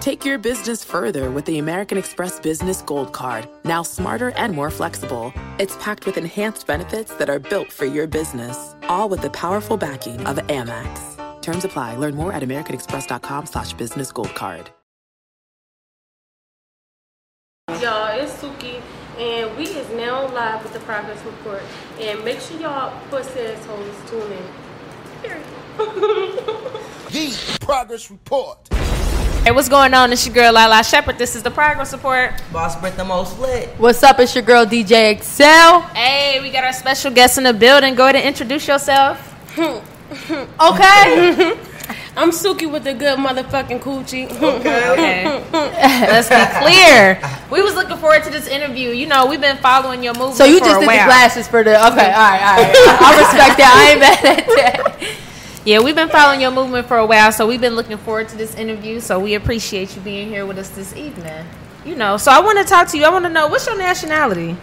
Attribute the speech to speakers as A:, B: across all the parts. A: Take your business further with the American Express Business Gold Card, now smarter and more flexible. It's packed with enhanced benefits that are built for your business, all with the powerful backing of Amex. Terms apply. Learn more at americanexpress.com slash business gold card.
B: Y'all, it's Suki, and we is now live with the progress report. And make sure y'all puss assholes tune in. Period.
C: The progress report.
D: Hey, what's going on? It's your girl Lala Shepherd. This is the progress report.
E: Boss Brit the most lit.
F: What's up? It's your girl DJ Excel.
D: Hey, we got our special guest in the building. Go ahead and introduce yourself.
F: Okay.
B: I'm Suki with the good motherfucking coochie.
D: Okay. Let's be clear. We was looking forward to this interview. You know, we've been following your movement.
F: so you
D: for
F: just
D: a
F: did the
D: while.
F: glasses for the. Okay. All right. All right. I respect that. I ain't mad at that.
D: Yeah, we've been following your movement for a while, so we've been looking forward to this interview. So we appreciate you being here with us this evening. You know, so I want to talk to you. I want to know what's your nationality.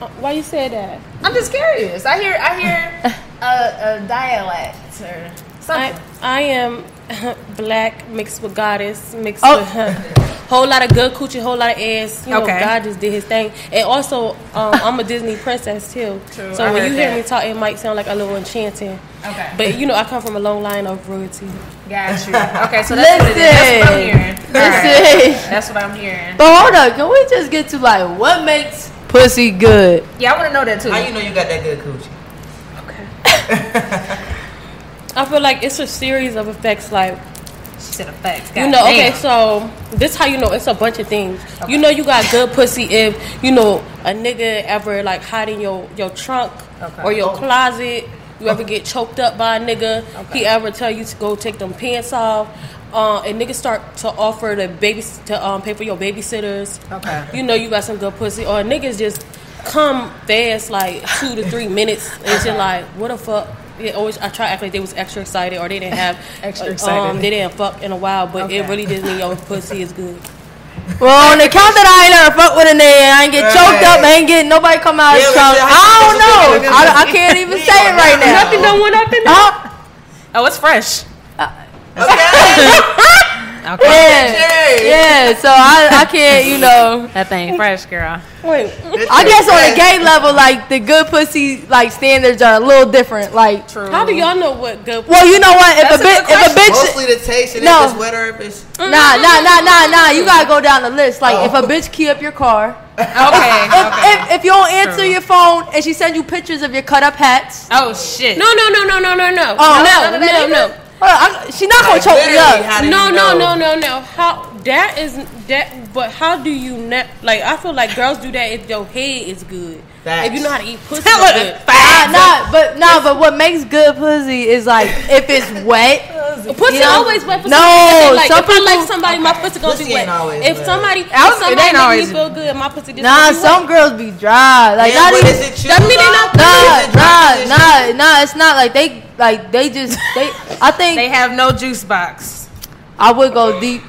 B: Uh, Why you say that?
D: I'm just curious. I hear I hear a, a dialect or
B: I,
D: something.
B: I am black mixed with goddess mixed
F: Oh.
B: with whole lot of good coochie, whole lot of ass. You know,
D: Okay.
B: God just did His thing, and also um, I'm a Disney princess too.
D: True,
B: So
D: I
B: when
D: heard
B: you hear
D: that.
B: me talk, it might sound like a little enchanting.
D: okay.
B: But you know, I come from a long line of royalty.
D: Got you. Okay, so that's, what it is. that's what I'm hearing. Alright.
F: Listen.
D: That's what I'm hearing.
F: But hold up. Can we just get to like what makes pussy good?
D: Yeah, I want to know that too.
E: How you know you got that good coochie?
B: I feel like it's a series of effects, like
D: She's in effect.
B: you know, okay, so this how you know it's a bunch of things. You know you got good pussy if you know a nigga ever like hiding your your trunk
D: Okay. Oh.
B: or your closet. You ever get choked up by a nigga?
D: Okay.
B: He ever tell you to go take them pants off? Uh, and niggas start to offer the baby to um, pay for your babysitters.
D: Okay.
B: You know you got some good pussy, or niggas just come fast like two to three minutes, and shit like what the fuck. They always I try to act like they was extra excited or they didn't have
D: Extra
B: uh,
D: excited.
B: Um, they didn't fuck in a while, but
D: Okay.
B: it really just mean your pussy is good.
F: Well, on the count that I ain't never fuck with a nigga, I ain't get choked up, I ain't getting nobody come out
E: Yeah,
F: of trunk.
E: listen,
F: I don't
E: listen,
F: know.
E: listen,
F: I,
E: listen.
F: I can't even
E: We
F: say it
E: don't
F: right
E: know.
F: now.
E: Nothing done
F: went up in there.
D: Oh, it's fresh.
E: Okay.
F: Yeah, yeah. So I, I can't, you know.
D: That thing fresh, girl.
B: Wait,
F: I guess on a gay level, like the good pussy like standards are a little different. Like, True.
B: how do y'all know what good?
F: well, you know what? If
D: That's a
F: a bitch,
D: good
F: if a bitch,
E: Mostly the taste and
F: No.
E: if it's wet or if it's
F: nah, nah, nah, nah, nah. You gotta go down the list. Like, if a bitch key up your car,
D: Okay. okay.
F: if, if, if you don't answer your phone and she send you pictures of your cut up hats,
D: oh shit.
B: No, no, no, no, no, no, no.
F: Oh.
B: no, no, no,
F: hold on, uh, I, she not gonna
E: Like,
F: choke me
E: literally,
F: up.
E: how do
B: no,
E: you
B: no,
E: know?
B: no, no, no. How that is that? But how do you not like? I feel like girls do that if your head is good.
E: Facts.
B: If you know how to eat pussy,
D: That was
B: good.
F: Nah, nah, but nah, but what makes good pussy is like if it's wet.
B: Pussy
F: You know?
B: always wet. For
F: No,
B: somebody. like,
F: some
B: if I like somebody, my pussy gonna
E: Pussy
B: be wet.
E: ain't always
B: if
E: wet.
B: somebody, if
D: I was- it
B: somebody
D: ain't
B: make
D: always-
B: me feel good, my pussy just gonna
F: Nah,
B: be
F: some
B: wet.
F: girls be dry. Like,
E: Then
F: not
E: what
F: even.
E: is it you
F: that mean they
E: love?
F: not
E: Is it dry? Is it
F: nah, nah, nah. It's not like they like they just they. I think
D: They have no juice box.
F: I would go deep,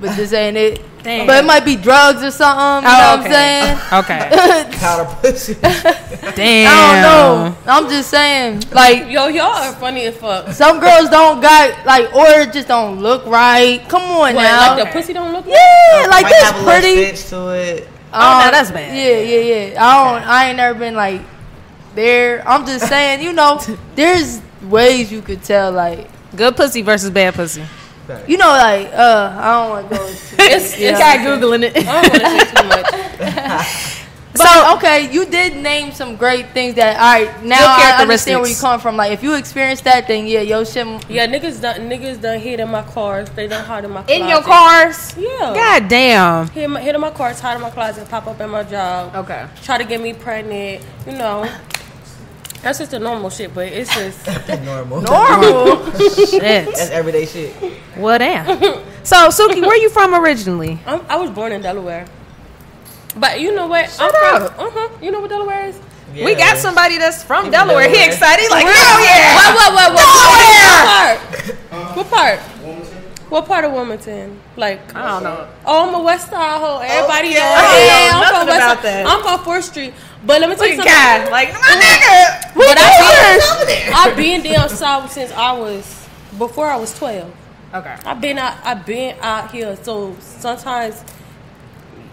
F: but this ain't it.
D: Damn.
F: But it might be drugs or something. You
D: Oh,
F: know
D: okay.
F: what
D: Okay.
F: I'm saying?
E: powder pussy.
D: Damn.
F: I don't know. I'm just saying, like.
B: Yo, y'all are funny as fuck.
F: Some girls don't got like, or it just don't look right. Come
B: What,
F: on now,
B: like the pussy don't look.
F: yeah, like
E: Might
F: this
E: have a little
F: pretty.
E: stench to it.
D: Oh, no, that's bad.
F: Yeah, yeah, yeah. I don't. I ain't never been like there. I'm just saying, you know, there's ways you could tell, like,
D: Good pussy versus bad pussy.
F: you know, like, uh, I don't want to go. Too,
B: It's,
D: This
B: it's
D: guy googling it.
B: I don't want to say too much.
F: but okay, you did name some great things that. All right, now
D: Good
F: I
D: characteristics.
F: understand where you come from. Like, if you experienced that, then yeah, yo, shit. m-
B: Yeah, niggas done niggas done hit in my cars. They done hide in my closet.
D: In your cars.
B: Yeah.
D: God damn.
B: Hit in my, hit in my cars, hide in my closet, pop up in my job.
D: Okay.
B: Try to get me pregnant. You know. That's just the normal shit, but it's just
E: That's normal.
F: Normal.
D: Shit.
E: That's everyday shit.
D: well, damn. So, Suki, where you from originally?
B: I'm, I was born in Delaware. But you know what?
D: Shut
B: I'm
D: up.
B: from uh-huh. You know what Delaware is?
D: We got
E: Yeah.
D: somebody that's from Delaware. He
E: Delaware.
D: excited. He like,
B: Where?
D: hell yeah.
B: What, what, what, what? What part? What part? What part of Wilmington? Like
D: I don't know.
B: Oh, I'm a West Side hoe. Everybody
E: Okay.
B: know.
E: I don't
B: Yeah,
D: know
B: I'm from
D: Oh, nothing
B: West
D: about
B: Side.
D: that.
B: I'm from Fourth Street. But let me tell you
D: Look
B: something.
D: at God. Like, my nigga.
B: But
D: But I
B: I've been, I've been down south since I was before I was twelve.
D: Okay.
B: I've been out. I've been out here. So sometimes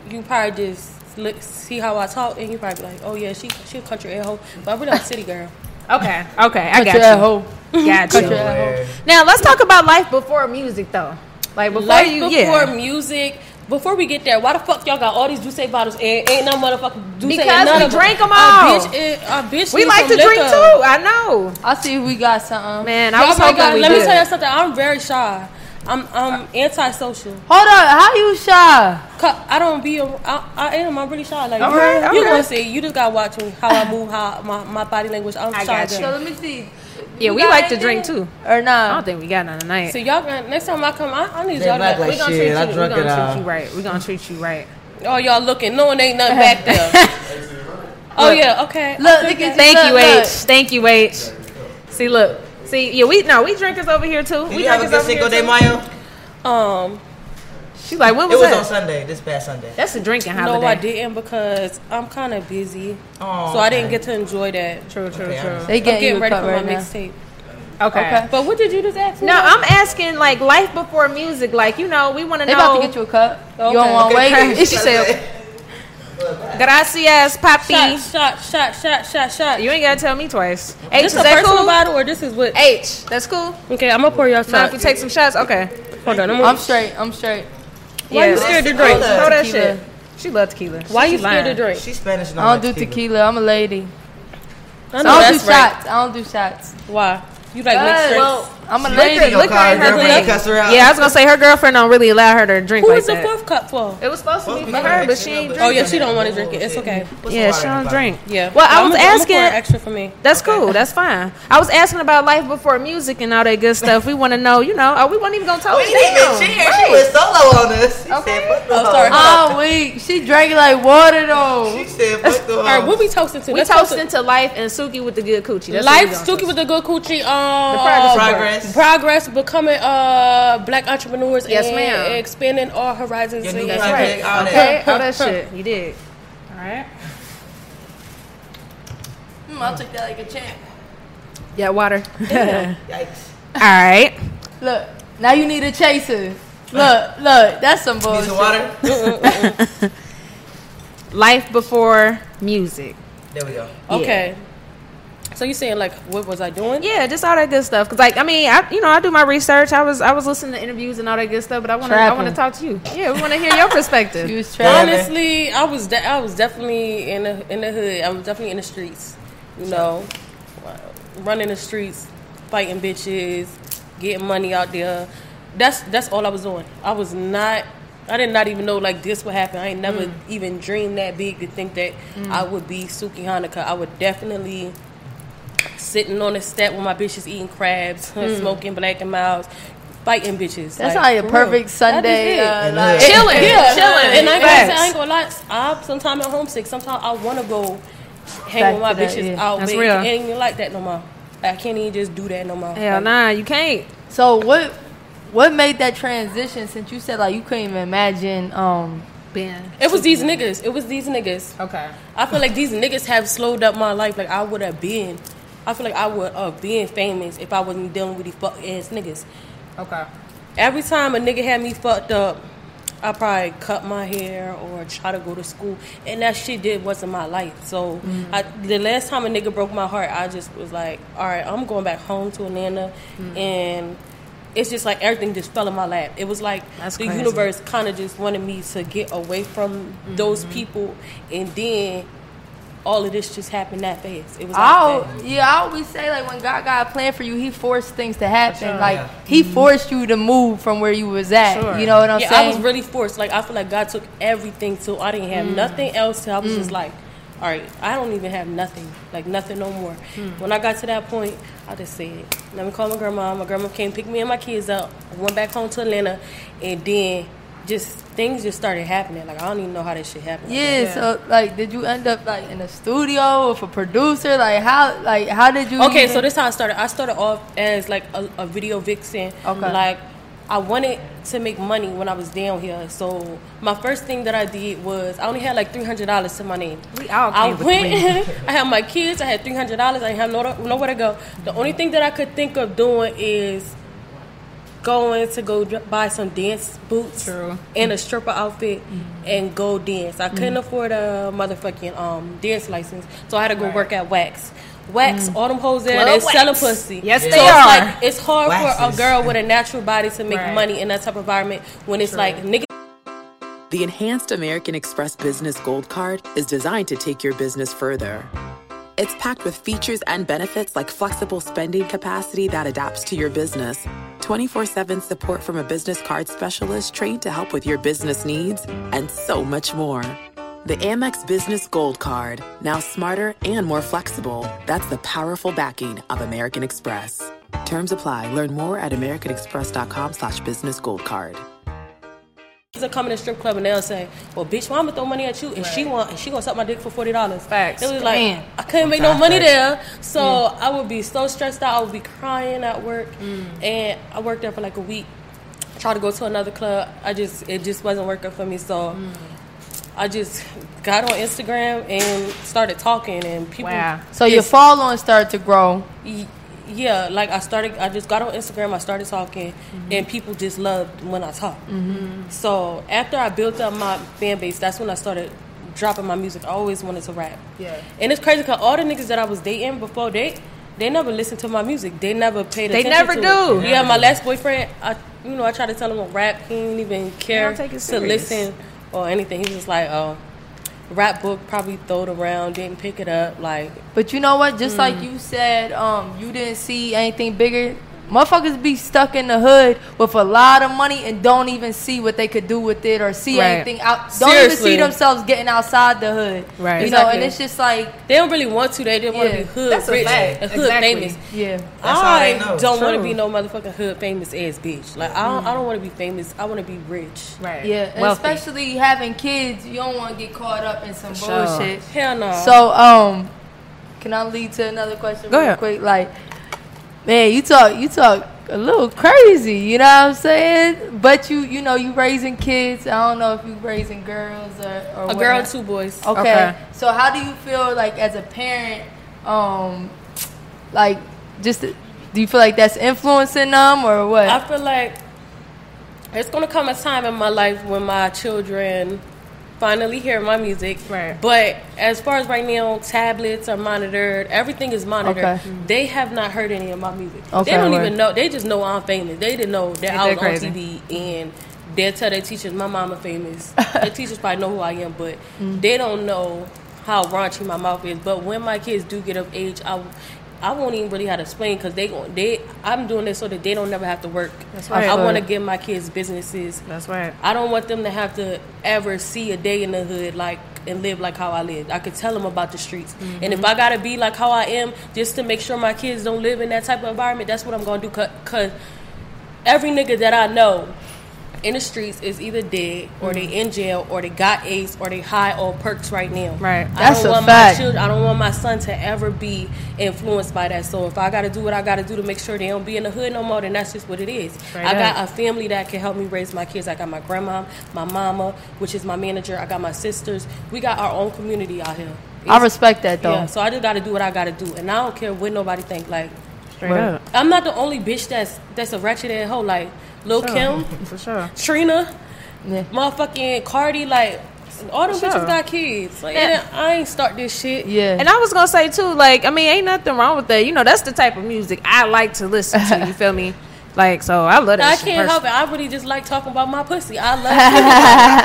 B: you probably just look, see how I talk, and you probably be like, "Oh yeah, she she a country air hoe," but I'm really a city girl.
D: Okay. Okay. I
F: Country at
D: got
F: home.
D: you. Got
F: Country
D: you.
F: at home.
D: Now let's talk about life before music, though. Like before
B: Life
D: you,
B: before
D: yeah.
B: music. Before we get there, why the fuck y'all got all these Juice bottles and ain't no motherfucking Juice?
D: Because we drank 'em all.
B: A bitch, is- a bitch
D: We
B: need
D: like
B: some
D: to drink
B: liquor.
D: too. I know,
F: I see if we got something.
D: man. I
B: Y'all
D: was
B: probably
D: hoping
B: got,
D: we
B: let
D: did.
B: me tell you something. I'm very shy. I'm I'm antisocial.
F: Hold on, how you shy?
B: Cu- I don't be. A, I, I am. I'm really shy. Like
D: Okay,
B: you
D: okay.
B: gonna see. You just gotta watch me, how I move, how my, my body language. I'm
D: I
B: shy.
D: got you.
B: girl.
F: let me see.
D: yeah, we
F: got
D: like to
F: anything?
D: drink too.
F: Or
D: I don't
F: not?
D: think we got none tonight.
B: So y'all gonna next time I come, I, I need
E: They
B: y'all to like,
E: black like
D: we gonna
E: shit,
D: treat
E: I
D: you. We
E: drunk
D: gonna
E: it all.
D: treat you right. We gonna treat you right.
B: oh y'all looking, knowing ain't nothing back there. oh yeah, okay.
F: Look,
B: I
F: look
B: think that-
F: at
D: Thank
F: Look,
D: you,
F: look.
D: H. Thank you, H. See, look. See, yeah, we no, we drinkers over here too.
E: Did
D: we
E: you have a
D: drinkers
E: good
D: over here
E: Cinco de
D: too.
E: Mayo?
B: Um,
D: She's like, when
E: It
D: was,
E: was
D: that?
E: on Sunday, this past Sunday.
D: That's a drinking holiday.
B: no, I didn't because I'm kind of busy,
E: Oh,
B: so I didn't
E: okay.
B: get to enjoy that.
D: True, true,
E: Okay, I
D: true.
E: understand.
F: They
B: I'm
F: getting,
B: getting
F: you a
B: ready
F: cup
B: for
F: right
B: my
F: now.
B: mixtape.
D: Okay.
F: Okay.
B: But what did you just ask me?
D: No, I'm asking like life before music. Like you know, we want to
F: They
D: know.
F: about to get you a cup. You
B: Okay.
F: don't want to
D: Okay.
F: wait.
D: She said, "Gracias, papi."
B: shot, shot, shot, shot, shot, shot.
D: You ain't gotta tell me twice. H,
B: this
D: is
B: is a
D: that
B: personal
D: cool?
B: bottle or this is what?
D: H, that's cool.
B: Okay, I'm gonna pour y'all
D: Now if
B: shot.
D: we take some shots, okay.
B: Hold on, I'm
F: I'm
B: gonna,
F: straight. I'm straight.
B: Why you
D: Yeah.
B: scared to
E: Hold
B: drink?
E: up.
D: Throw that
F: Tequila.
D: shit. She love tequila.
B: Why
D: She
B: you scared to
D: lying.
B: drink?
E: She's Spanish. and
F: I
E: like
F: don't do
E: tequila.
F: tequila. I'm a lady.
B: I
F: I
B: know
F: don't do
B: that's right.
F: shots. I don't do shots.
B: Why? You like mixed drinks?
F: Well, I'm a
D: Liquor,
F: lady.
E: Your
D: liquor
E: car,
D: ain't her
E: girlfriend,
D: thing.
E: you cuss her out.
D: Yeah, I was gonna say her girlfriend don't really allow her to drink
B: Who
D: like
B: is the
D: that.
B: fourth cup for?
D: It was supposed to be for her, but she ain't
B: Oh
D: drink.
B: yeah, she don't want to drink it. It's okay.
D: Yeah, she don't drink.
B: Yeah.
D: Well, I
B: I'ma-
D: was
B: I'ma pour
D: asking-
B: extra for me.
E: Oh.
D: That's cool. That's fine. I was asking about life before music and all that good stuff. We want to know, you know. Oh, we weren't even gonna tell
E: We
D: you.
E: didn't even cheer. She was solo on us. She
D: Okay.
E: said, fuck the
B: Oh,
E: hoe."
B: sorry.
F: I'm weak. She drank like water
E: She
F: though.
E: said, fuck the
B: All right,
E: hoe."
B: what we toasting to?
D: We
B: Let's toast
D: toasting to life and Suki with the good coochie.
B: to
D: That's
B: life,
D: what we
B: Stookie with the good coochie. Um,
D: progress.
E: Progress.
B: progress, becoming uh black entrepreneurs.
D: Yes,
B: and
D: ma'am.
B: Expanding our horizons.
E: Your
B: and-
E: new
B: That's
E: project,
B: right.
E: all that.
D: Okay, all that shit. You did. All right.
B: hmm,
F: I'll take that like a champ.
D: Yeah, water. all
E: Yikes.
D: right.
F: Look, now you need a chaser. Look, look, that's some
E: Need
F: bullshit.
E: some water?
D: Life before music.
E: There we go.
B: Okay. So you saying like, what was I doing?
D: Yeah, just all that good stuff. Cause like I mean, I you know I do my research. I was I was listening to interviews and all that good stuff. But I want to I
F: Trapping.
D: want to talk to you. Yeah, we want to hear your
F: You
D: perspective.
F: was trapped.
B: Honestly, I was de- I was definitely in the in the hood. I was definitely in the streets. You know, running the streets, fighting bitches, getting money out there. That's that's all I was doing. I was not. I did not even know like this would happen. I ain't never
F: Mm.
B: even dreamed that big to think that I would be Suki Hanukkah. I would definitely sitting on the step with my bitches eating crabs, smoking black and miles, fighting bitches.
F: Hmm.
B: like,
F: That's like a
B: for real.
F: perfect
B: That
F: Sunday.
B: is it.
F: Uh,
E: And
F: like,
E: look.
D: Chilling,
B: Yeah,
D: chilling.
B: And I, ain't gonna say- I
D: Facts.
B: ain't gonna lie, I sometimes I'm homesick. Sometimes I wanna go hang
F: Back
B: with my
F: to that,
B: bitches
F: yeah.
B: out,
D: That's
B: but
D: real.
B: it ain't even like that no more. I can't even just do that no more.
D: Hell
B: Like,
D: nah, you can't.
F: so what? What made that transition? Since you said like you couldn't even imagine. Um,
D: Ben.
B: It was these niggas. It was these niggas.
D: Okay.
B: I feel like these niggas have slowed up my life. Like I would have been, I feel like I would have been famous if I wasn't dealing with these fuck ass niggas.
D: Okay.
B: Every time a nigga had me fucked up, I probably cut my hair or try to go to school, and that shit did wasn't my life. So
D: Mm-hmm.
B: I, the last time a nigga broke my heart, I just was like, all right, I'm going back home to Atlanta,
D: Mm-hmm.
B: and it's just like everything just fell in my lap. It was like
D: That's
B: the
D: crazy.
B: universe kind of just wanted me to get away from those
D: Mm-hmm.
B: people, and then all of this just happened that fast. It was like
D: Oh,
F: I
B: that.
F: al- yeah, I always say like when God got a plan for you, He forced things to happen. like
E: Yeah.
F: He forced you to move from where you was at.
D: Sure.
F: You know what I'm
B: Mm-hmm. yeah,
F: saying? Mm.
B: I was really forced. Like I feel like God took everything, so I didn't have nothing else. Till I was just like, all right, I don't even have nothing, like nothing no more.
F: Mm.
B: When I got to that point, I just said, let me call my grandma. My grandma came pick me and my kids up. I went back home to Atlanta, and then just things just started happening. Like I don't even know how this shit happened. like
F: yeah, So like, did you end up like in a studio with a producer? Like how? Like how did you?
B: Okay,
F: even-
B: so this how I started. I started off as like a, a video vixen.
F: Okay.
B: Like I wanted to make money when I was down here. So my first thing that I did was I only had like three hundred dollars to my name.
D: We all came
B: I
D: with
B: went. I had my kids. I had three hundred dollars. I didn't have no, nowhere to go. The only thing that I could think of doing is going to go dr- buy some dance boots
D: True. Mm-hmm.
B: and a stripper outfit and go dance. I couldn't afford a motherfucking um, dance license, so I had to go work at Wax. Wax, all them hoes there,
D: Mm. Club
B: they're
D: Wax.
B: selling pussy.
D: Yes,
B: So
D: they
B: it's
D: are.
B: like, it's hard for a
E: Waxes.
B: girl with a natural body to make
D: Right.
B: money in that type of environment when it's like niggas
A: The Enhanced American Express Business Gold Card is designed to take your business further. It's packed with features and benefits like flexible spending capacity that adapts to your business, 24 7 support from a business card specialist trained to help with your business needs, and so much more. The Amex Business Gold Card, now smarter and more flexible. That's the powerful backing of American Express. Terms apply. Learn more at americanexpress.com slash business gold card.
B: are coming to strip club and they'll say, "Well, bitch, why I'ma throw money at you?" And she want, and she gonna suck my dick for forty dollars.
D: Facts. Mm.
B: It was like
F: Damn.
B: I couldn't make no money
E: Facts.
B: there, so I would be so stressed out. I would be crying at work, and I worked there for like a week. Tried to go to another club. I just it just wasn't working for me, so.
D: Mm.
B: I just got on Instagram and started talking, and people.
D: Wow.
F: So your following started to grow.
B: Y- yeah, like I started, I just got on Instagram, I started talking,
D: Mm-hmm.
B: and people just loved when I talked. So after I built up my fan base, that's when I started dropping my music. I always wanted to rap.
D: Yeah.
B: And it's crazy because all the niggas that I was dating before they, they never listened to my music. They never paid
D: They
B: attention.
D: never
B: to
D: do.
B: It. Yeah, my last boyfriend, I you know I tried to tell him to rap. He didn't even care
D: don't take it
B: to
D: serious.
B: listen or anything. He was just like, oh, rap book probably throw it around, didn't pick it up. Like
F: But you know what? Just like
D: Mm.
F: you said, um, you didn't see anything bigger. Motherfuckers be stuck in the hood with a lot of money and don't even see what they could do with it or see
D: Right.
F: anything out. Don't even
B: Seriously.
F: see themselves getting outside the hood.
D: Right.
F: You know, and
B: Exactly.
F: it's just like,
B: They don't really want to. They just want to
F: Yeah.
B: be hood
D: That's a
B: rich
D: fact.
B: and hood
D: Exactly.
B: famous.
F: yeah.
E: That's all
B: I
E: they know.
B: don't want to
D: True.
B: be no motherfucking hood famous ass bitch. Like I don't, I don't want to be famous. I want to be rich.
D: Right.
F: Yeah. And
D: Wealthy.
F: especially having kids, you don't want to get caught up in some
D: For sure.
F: bullshit.
B: Hell no.
F: So, um, can I lead to another question
D: Go
F: real
D: ahead.
F: quick? Like, man, you talk, you talk a little crazy. You know what I'm saying? But you, you know, you raising kids. I don't know if you raising girls or, or
B: a girl,
F: whatnot.
B: two boys.
F: Okay.
D: Okay.
F: So, how do you feel like as a parent? Um, like, just do you feel like that's influencing them or what?
B: I feel like it's gonna come a time in my life when my children finally hear my music.
D: Right.
B: But as far as right now, tablets are monitored. Everything is monitored.
F: Okay.
B: They have not heard any of my music.
F: Okay,
B: they don't
F: word.
B: even know. They just know I'm famous. They didn't know that
D: Ain't
B: I was
D: that crazy?
B: on TV and. They'll tell their teachers, my mama famous. their teachers probably know who I am, but
D: Mm.
B: they don't know how raunchy my mouth is. But when my kids do get of age, I, I won't even really how to explain because they gon- they I'm doing this so that they don't never have to work.
D: That's right.
B: I want to give my kids businesses.
D: That's right.
B: I don't want them to have to ever see a day in the hood like and live like how I lived. I could tell them about the streets. And
F: Mm-hmm.
B: if I gotta be like how I am just to make sure my kids don't live in that type of environment, that's what I'm gonna do. Cause, 'cause every nigga that I know in the streets is either dead or
F: Mm.
B: they in jail or they got AIDS or they high on perks right now.
D: Right.
B: I
F: That's
B: don't
F: a
B: want
F: fact.
B: my children. I don't want my son to ever be influenced by that. So if I gotta do what I gotta do to make sure they don't be in the hood no more, then that's just what it is.
D: Straight
B: I
D: up.
B: got a family that can help me raise my kids. I got my grandma, my mama, which is my manager. I got my sisters. We got our own community out here.
F: I respect that though.
B: Yeah, so I just gotta do what I gotta do, and I don't care what nobody think. Like,
D: Straight
F: Right.
D: up.
B: I'm not the only bitch that's that's a ratchet ass hoe. Like, Lil Kim,
D: For sure.
B: Trina,
F: Yeah.
B: motherfucking Cardi, like. All them
D: Sure.
B: bitches got kids. Like,
D: Yeah.
B: it- I ain't start this shit.
F: Yeah.
D: And I was gonna say too, like, I mean, ain't nothing wrong with that. You know, that's the type of music I like to listen to. You feel me? Like, so I love that.
B: I
D: shit
B: can't help
D: personally.
B: it. I really just like talking about my pussy. I love it.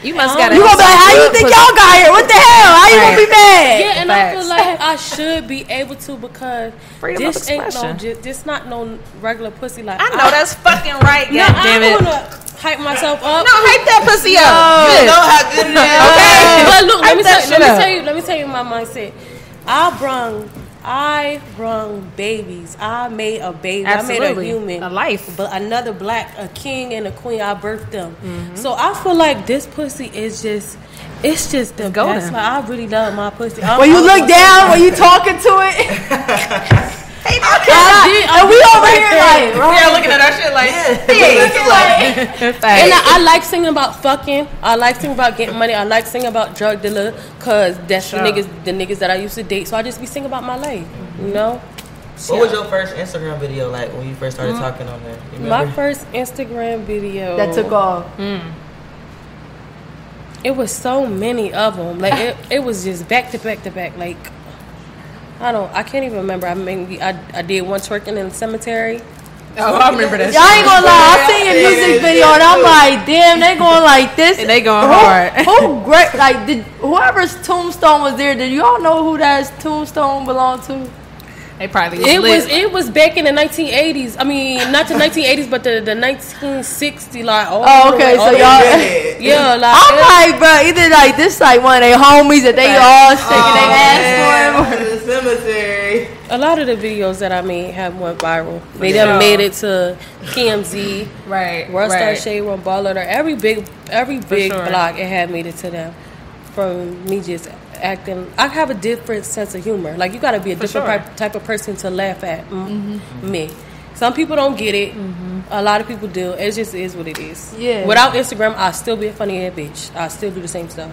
D: You must
B: Um,
D: got.
F: you gonna be like, how you think y'all got here? What the hell? How you gonna be mad?
B: Yeah, and I feel
D: Facts.
B: like I should be able to because
D: Freedom of
B: this ain't no,
D: expression.
B: ju- this not no regular pussy. Like
D: I know that's fucking right.
B: No,
D: God damn
B: I
D: it.
B: don't want to hype myself up.
D: No, hype that pussy up.
E: You
D: Good.
E: know Oh, how good it is.
B: Hey, but look, let
D: Hype
B: me,
D: that
B: tell, let
D: shit
B: me
D: up.
B: tell you, let me tell you my mindset. I brung, I brung babies. I made a baby. I made a
D: Absolutely.
B: human,
D: A life.
B: but another black, a king and a queen. I birthed them.
D: Mm-hmm.
B: So I feel like this pussy is just, it's just the
D: golden.
B: best. Like, I really love my pussy. I'm-
F: When you
B: I'm
F: look
B: a-
F: down, when you talking to it,
B: I did- I
F: and we
B: did
F: over
B: right
F: here
B: there.
F: like, right?
D: They're looking at our shit like.
B: And I, I like singing about fucking. I like singing about getting money. I like singing about drug dealer, cause that's
D: Sure.
B: the niggas, the niggas that I used to date. So I just be singing about my life, you know.
E: What was your first Instagram video like when you first started
F: Mm-hmm.
E: talking on there? You remember?
B: My first Instagram video
F: That took off.
B: It was so many of them. Like it, it was just back to back to back. Like I don't, I can't even remember. I mean, I, I did one twerking in the cemetery.
D: Oh, I remember that.
F: Y'all ain't gonna lie, I seen your music video and I'm like, damn, they going like this.
D: And they going
F: who,
D: hard.
F: Who great? Like, did whoever's tombstone was there? Did y'all know who that tombstone belonged to?
D: They probably
B: It
D: lit.
B: was it was back in the 1980s. I mean, not the 1980s, but the the 1960 like all
F: Oh,
B: the
F: okay,
B: way-
F: so
B: all the-
F: y'all.
B: yeah like
F: I'm
B: it-
F: like, bro, either like this like one of their homies that they all shaking their ass for him.
E: the cemetery.
B: a lot of the videos that I made have went viral. They done made it to KMZ,
D: right.
B: World Star
D: right.
B: Shade Room Baller. Every big every big
D: sure.
B: blog it had made it to them. From me just acting, I have a different sense of humor. Like you got to be a different
D: sure. Mm-hmm.
B: type- type of person to laugh at mm me. Some people don't get it. A lot of people do. It just is what it is.
F: Yeah.
B: Without Instagram, I'd still be a funny ass bitch. I still do the same stuff.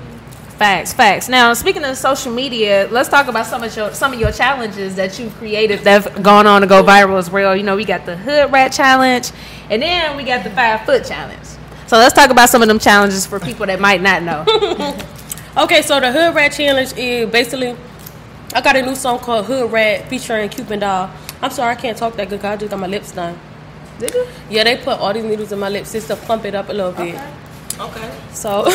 D: Facts, facts. Now, speaking of social media, let's talk about some of your some of your challenges that you created that's gone on to go viral as well. You know, we got the hood rat challenge, and then we got the five foot challenge. So let's talk about some of them challenges for people that might not know.
B: Okay, so the Hood Rat Challenge is basically I got a new song called Hood Rat featuring Cupid Doll. I'm sorry I can't talk that good 'cause I just got my lips done.
D: Did you?
B: Yeah, they put all these needles in my lips just to plump it up a little bit.
E: Okay.
B: So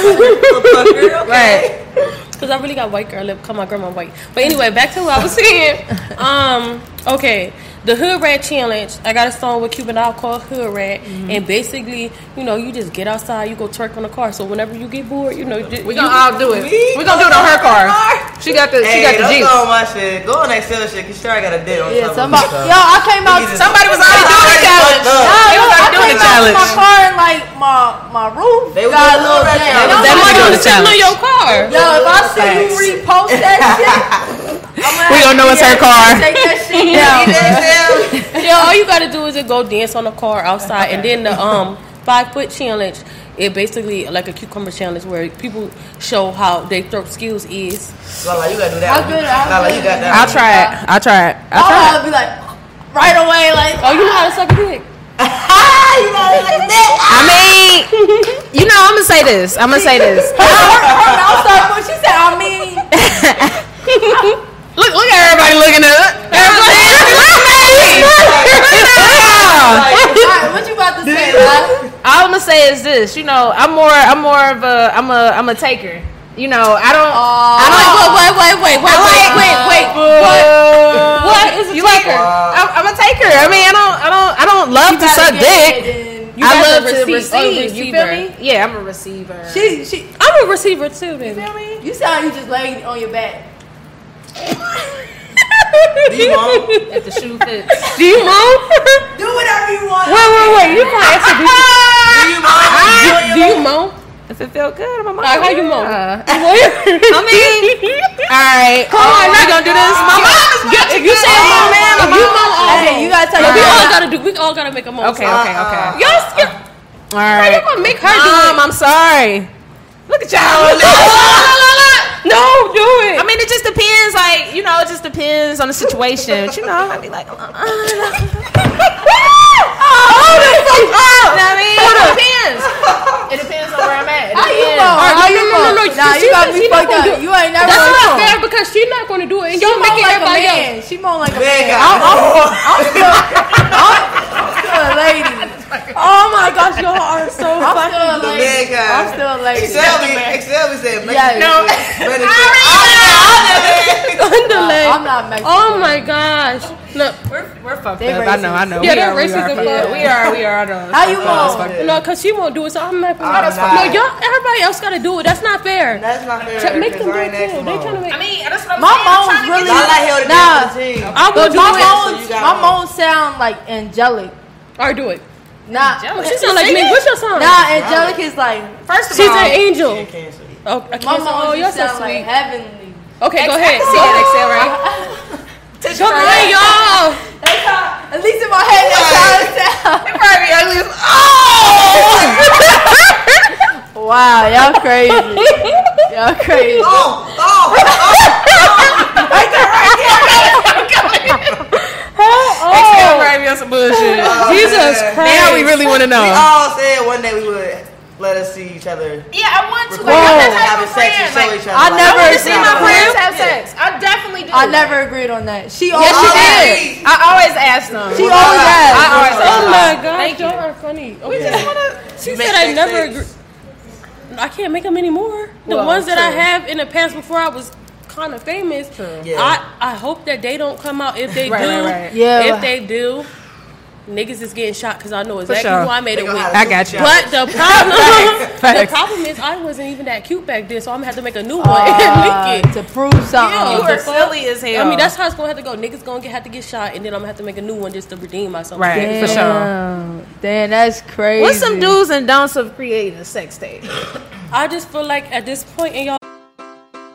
D: Right.
B: Because I really got white girl lip, call my grandma white. But anyway, back to what I was saying. Um, okay, the Hood Rat Challenge. I got a song with Cuban Doll called Hood Rat.
D: Mm-hmm.
B: And basically, you know, you just get outside, you go twerk on the car. So whenever you get bored, you know, you-
D: We gonna all do it. We gonna do it on her car. She got the she
E: Hey,
D: got the
E: don't
D: Jeep.
E: go on my shit. Go on that sale shit, cause sure I got a date on
F: Yeah,
E: top
F: somebody.
E: of
F: Yo, I came out.
E: Jesus.
D: Somebody was already doing the challenge.
E: Fucked up.
D: They was already doing the
F: I came out
D: challenge.
F: with my car and like my my roof
E: They was
F: got a
E: doing
F: little
E: the
F: jam.
E: rap. They was
F: I'm
D: definitely
F: like,
D: doing
B: you sitting on your car.
F: Yo, if I see
D: Facts.
F: you repost that shit, I'm
D: We gonna know it's her car.
F: Take that shit down.
B: yeah, all you gotta do is just go dance on the car outside, and then the um five foot challenge. It basically like a cucumber challenge where people show how they throat skills is.
E: Lala, you gotta do that.
F: I'll
E: one.
F: do it, I'll
E: Lala, you
F: do it.
E: got that.
D: I'll
E: one.
D: try it. I'll try it. I'll try
F: I'll
D: it.
F: be like, right away, like,
B: Oh, you know how to suck a dick?
F: ah, you know, like that.
D: I mean, you know, I'm gonna say this. I'm gonna say this.
F: Her, her, her mouth started moving. She said, I mean,
D: Look, look at everybody looking up. Everybody.
F: right, what you about to say, love?
D: All I'm gonna say is this. You know, I'm more. I'm more of a. I'm a. I'm a taker. You know, I don't. I don't.
F: wait, wait, wait, wait,
D: like- What?
B: What is a
D: you like her? I'm, I'm a taker. I mean, I don't. I don't. I don't love to suck dick.
B: You
D: I
B: guys
D: love
B: are
D: to
B: receive- oh,
D: receive. You feel
B: receiver.
D: me? Yeah, I'm a receiver.
F: She, she,
B: I'm a receiver too, baby.
F: you sound you just laying on your back.
E: You want?
D: if the shoe fits.
B: Do you moan?
F: Do whatever you want.
B: wait, wait, wait. You can't answer this.
D: Ah,
B: Do you moan?
D: If it felt good, I'm a mom.
B: Like, how you moan?
D: Yeah.
B: I
D: I mean, all right. Come on, we gonna do this. My mom is watching. If you say
B: this.
D: my man,
B: If
D: my
B: you
D: mom.
F: Hey, you gotta tell
B: We
F: your
B: all gotta do. We all gotta make a moan.
D: Okay, okay, okay.
B: Y'all, scared-
D: Uh-uh. All right.
B: you gonna make her do it?
D: Mom, I'm sorry. Look at y'all.
B: No, do it.
D: I mean, it just depends. Like you know, it just depends on the situation. But, you know, I'd be like, uh, uh, uh. hold the fuck up. I mean, it depends. It depends on where I'm at. It
F: How you
D: depends.
F: know?
B: Alright,
F: How
B: no,
F: you
B: no, no,
F: know?
B: no,
F: Nah,
B: she-
F: you got
B: she-
F: me
B: she not
F: fucked
B: gonna
F: up.
B: do-
F: You ain't never.
B: That's
F: gonna-
B: not fair because she's not gonna do it, and
F: She
B: y'all
F: moan
B: making
F: like a
B: everybody else.
F: man. She moan like a
E: Big guy.
F: man. Still a lady.
B: Oh my gosh, y'all are so
F: I'm
B: funny.
F: still a
E: The
F: lady.
E: big guy.
F: I'm still a lady.
E: Excel me. Excel me said
F: Yeah.
E: Mexican. Better
F: No.
B: Underlay.
F: I'm not Mexican.
B: Oh my gosh. Look,
D: We're, we're fucked
F: They
D: up. I know. I
F: racist.
D: know.
B: Yeah,
D: we,
B: they're
D: are, we,
B: racist
D: are
B: as
D: fucked
B: fuck.
D: up. we are. We are. I know.
F: How you
E: That's
F: moan?
E: fucked up.
B: no, cause she won't do it, so I'm not.
E: I'm
B: That's
E: not.
B: No, y'all. Everybody else gotta do it. That's not fair.
E: That's my favorite.
B: Try- make them do
E: because
B: it
E: I ain't asked
B: too.
E: them
B: They
E: all.
B: trying to make.
D: I mean, that's what I'm
F: My
D: saying. I'm
F: mom's
D: trying to get
F: really-
D: you-
E: Lala held it down
F: Nah.
E: for the team.
B: I will
F: But
B: do
F: my
B: it.
E: mom- So
F: moans,
E: you got
F: my
E: one.
F: moans sound like angelic.
B: Or do it.
F: Nah,
D: Angelic?
B: She sound like me. What's your song?
F: nah, angelic is like
D: First of
B: She's
D: all,
B: an angel.
E: She canceled.
B: Oh, I
F: my
B: can't. Oh,
F: moans
B: you're
F: just
B: so
F: sound like
B: sweet.
F: heavenly.
B: Okay, go ahead.
D: See that Excel right?
B: Go ahead, y'all.
F: That's how, at least in my head, that's how it
D: Probably ugly as- Oh!
F: sounds. Wow, y'all crazy. Y'all crazy.
E: Oh, oh, oh.
D: Exhale, on some bullshit. Jesus Christ. Oh, Now we really want to
E: We
D: know.
E: all said one day we would let us see each other.
D: Yeah, I want to.
E: Whoa.
D: Like, I'm that type
E: Having
D: of
E: sex
D: friend.
E: and show
D: Like,
E: each other.
F: I
E: like,
F: never
E: oh,
D: I want to
E: this
D: see
E: is
D: my
E: how it
D: friends
E: works.
D: have
E: Yeah.
D: sex. I definitely do.
F: I never agreed on that. She
D: Yes,
F: always,
D: she did. I always ask them.
F: she always
E: I
F: asked.
D: always
B: Oh my god,
D: Thank
B: y'all
D: you.
B: are funny. Okay.
E: just
B: She
E: You
B: said I
E: make sex
B: never
E: tapes.
B: agree. I can't make them anymore. The
D: Well,
B: ones that I
D: true.
B: have in the past before I was kind of famous.
E: Yeah.
B: I I hope that they don't come out. If they
D: Right,
B: do,
D: right, right.
F: Yeah.
B: if they do, niggas is getting shot because I know exactly
D: sure.
B: who I made
E: They
B: it
E: gonna
B: with.
E: have
D: I
E: two
D: got you.
E: shots.
B: But the problem, the
D: Facts.
B: problem is I wasn't even that cute back then, so I'm gonna have to make a new one and
F: Uh,
B: make it.
F: to prove
B: Yeah,
D: You
F: something.
D: are silly as hell.
B: I mean, that's how it's gonna have to go. Niggas gonna get, have to get shot, and then I'm gonna have to make a new one just to redeem myself.
D: Right.
F: Damn.
D: for sure.
F: Damn, that's crazy.
D: What's some do's and don'ts of creating a sex tape?
B: I just feel like at this point in y'all.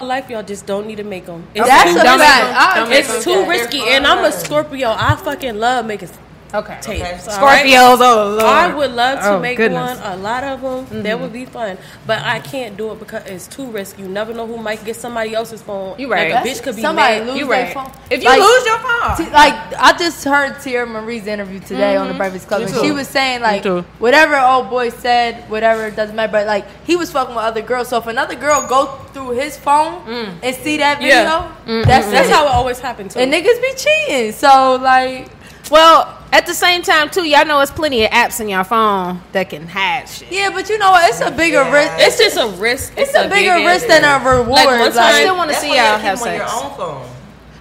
B: life y'all just don't need to make them. It's,
F: That's
B: too,
F: a
D: Don't make
F: fact.
D: them-
F: I
D: don't
F: agree
D: make them-
B: it's
F: with
B: too
F: that.
B: risky, and I'm a Scorpio. I fucking love making
D: Okay.
B: tapes. all right?
D: Scorpios, oh lord.
B: I would love to
D: Oh,
B: make
D: goodness. Mm-hmm.
B: one, a lot of them. That would be fun, but I can't do it because it's too risky. You never know who might get somebody else's phone.
D: You right.
B: Like a
D: That's-
B: bitch could be
F: somebody
B: mad.
F: lose
D: You
F: their
D: right.
F: phone.
D: If you
F: Like-
D: lose your phone,
F: T- like I just heard Tierra Marie's interview today on the Breakfast Club,
D: Me
F: and
D: too.
F: she was saying like
D: too.
F: whatever old boy said, whatever it doesn't matter. But like he was fucking with other girls, so if another girl go through his phone and see that video,
B: Yeah. Mm-hmm.
F: that's
B: That's
F: it.
B: how it always happens.
F: and niggas be cheating. So like
D: Well, at the same time too, y'all know it's plenty of apps in your phone that can hide shit.
F: yeah, but you know what? It's a bigger
E: Yeah.
F: risk. It's,
B: It's just a risk.
F: it's a, bigger risk than a reward.
B: Like, one
D: I
B: time-
D: still want to
E: That's
D: see
E: why you
D: y'all
E: gotta
D: have
E: keep 'em on
D: sex.
E: your own phone.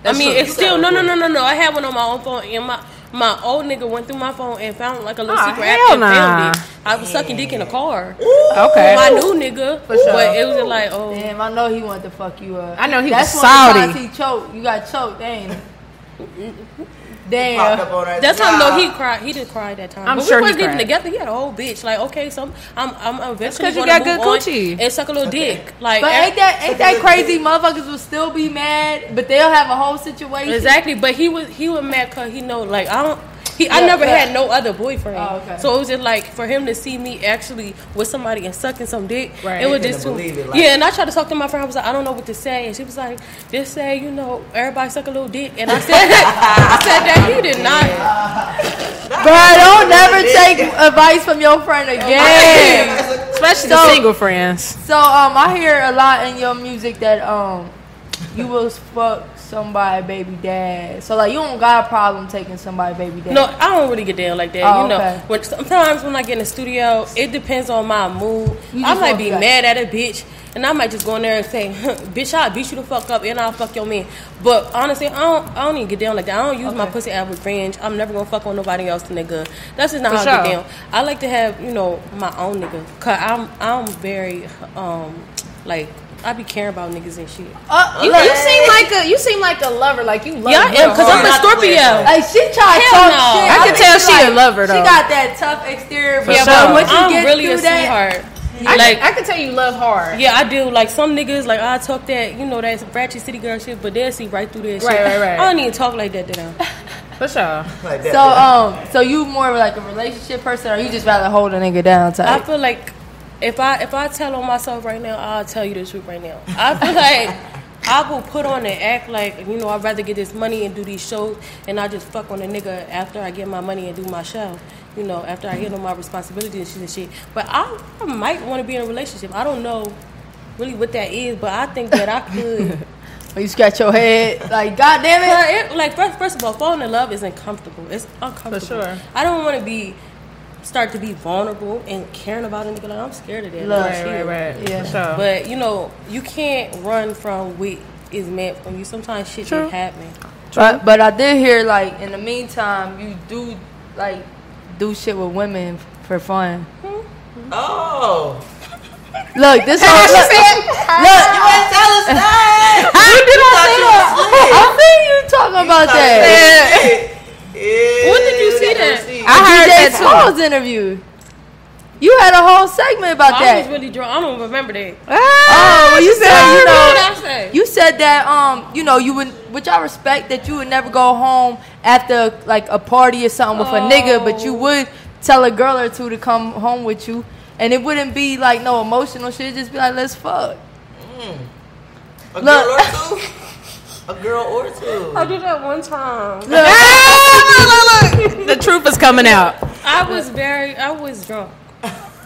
B: I mean,
E: true.
B: it's
E: You
B: still no,
E: gotta
B: no,
E: do
B: no,
E: it.
B: no, no. I had one on my own phone, and my my old nigga went through my phone and found like a little
D: Ah,
B: secret
D: hell
B: app and
D: nah.
B: found it. I was sucking dick in a car.
D: Okay.
B: My new nigga,
D: sure.
B: but it was just like, oh,
F: Damn, I know he wanted to fuck you up.
D: I know he
F: That's
D: was
F: one of
D: salty.
F: the times He choked. You got choked. Damn.
E: Popped
F: Damn.
E: up on her.
B: That's how
E: Nah.
B: though he cried. He did cry that time.
D: I'm
B: but
D: sure
B: we
D: he
B: wasn't even
D: cried.
B: together. He had a whole bitch. Like, okay, so I'm I'm, I'm eventually
D: 'cause you
B: gonna
D: got good
B: move on
D: coochie.
B: and suck a little dick. Like,
F: But
B: ev-
F: ain't that ain't that crazy? Motherfuckers will still be mad, but they'll have a whole situation.
B: exactly. But he was he was mad because he know like I don't. He, I
F: Yeah,
B: never
F: yeah.
B: had no other boyfriend,
F: Oh, okay.
B: so it was just like for him to see me actually with somebody and sucking some dick.
D: Right.
B: It was
E: They
B: just too.
E: couldn't believe it, like-
B: yeah, and I tried to talk to my friend. I was like, I don't know what to say, and she was like, just say you know everybody suck a little dick, and I said that. I said that he did not.
F: Bro, don't never take advice from your friend
E: Oh
F: again.
D: Especially
F: So-
D: the single friends.
F: So um, I hear a lot in your music that um, you will fuck somebody baby dad. So like you don't got a problem taking somebody baby dad.
B: No, I don't really get down like that.
F: Oh,
B: you know,
F: okay.
B: when, sometimes when I get in the studio, it depends on my mood.
F: You
B: I
F: just
B: might
F: want
B: be
F: that.
B: mad at a bitch, and I might just go in there and say, "Bitch, I'll beat you the fuck up, and I'll fuck your man." But honestly, I don't, I don't even get down like that. I don't use my
F: Okay.
B: pussy as revenge. I'm never gonna fuck on nobody else, nigga. That's just not
D: For
B: how I get
D: sure.
B: down. I like to have you know my own nigga, cause I'm I'm very um like I be caring about niggas and shit.
F: Uh,
D: You,
F: look,
D: you seem like a you seem like a lover. Like you love.
B: Yeah,
D: real
B: because I'm
D: hard.
B: a
E: Not the way
B: Scorpio.
E: it's like-
F: Like she tried to
B: Hell
F: talk
B: no.
F: shit.
B: I
D: can
F: think
D: tell she a lover,
F: She
D: though.
F: got that tough exterior, but
D: sure.
F: but once you
B: I'm
F: get
B: really
F: through
B: a
F: that,
B: sweetheart.
D: I, can, I can tell you love hard.
B: Yeah, I do. Like some niggas, like I talk that, you know, that ratchet city girl shit, but they'll see right through that shit.
D: Right, right, right.
B: I don't even talk like that to them.
D: For sure.
E: Like that.
F: So um, so you more of like a relationship person, or you just rather hold a nigga down
B: I
F: type?
B: feel like if I if I tell on myself right now, I'll tell you the truth right now. I feel like I will put on and act like, you know, I'd rather get this money and do these shows and I just fuck on a nigga after I get my money and do my show. You know, after I handle my responsibilities and shit and shit. But I, I might want to be in a relationship. I don't know really what that is, but I think that I could
F: When you scratch your head, like God damn it.
B: But it, like first, first of all, falling in love isn't comfortable. It's uncomfortable.
D: For sure.
B: I don't want to be start to be vulnerable and caring about a nigga. Like I'm scared of that.
F: Love.
B: Like,
D: Right,
B: shit.
D: right, right.
F: Yeah.
D: For sure.
B: But you know, you can't run from what is meant for you. Sometimes shit
D: True.
B: just happen.
F: But but I did hear like in the meantime you do like do shit with women f- for fun.
E: oh,
F: Look, this one. Look, look,
E: you ain't tell us that.
F: did I say that? I feel you talking about that.
E: Yeah.
B: What
F: Chris
D: too.
F: Paul's interview. You had a whole segment about
B: I was
F: that.
B: really drunk. I don't remember that.
F: Oh, well, you said you
B: What
F: know
B: did I say?
F: you said that um you know you would which I respect that you would never go home after like a party or something with a nigga, but you would tell a girl or two to come home with you, and it wouldn't be like no emotional shit. It'd just be like let's fuck.
E: A
F: Look.
E: girl or two? A girl or two.
B: I did that one time.
D: The truth is coming out.
B: I was very, I was drunk.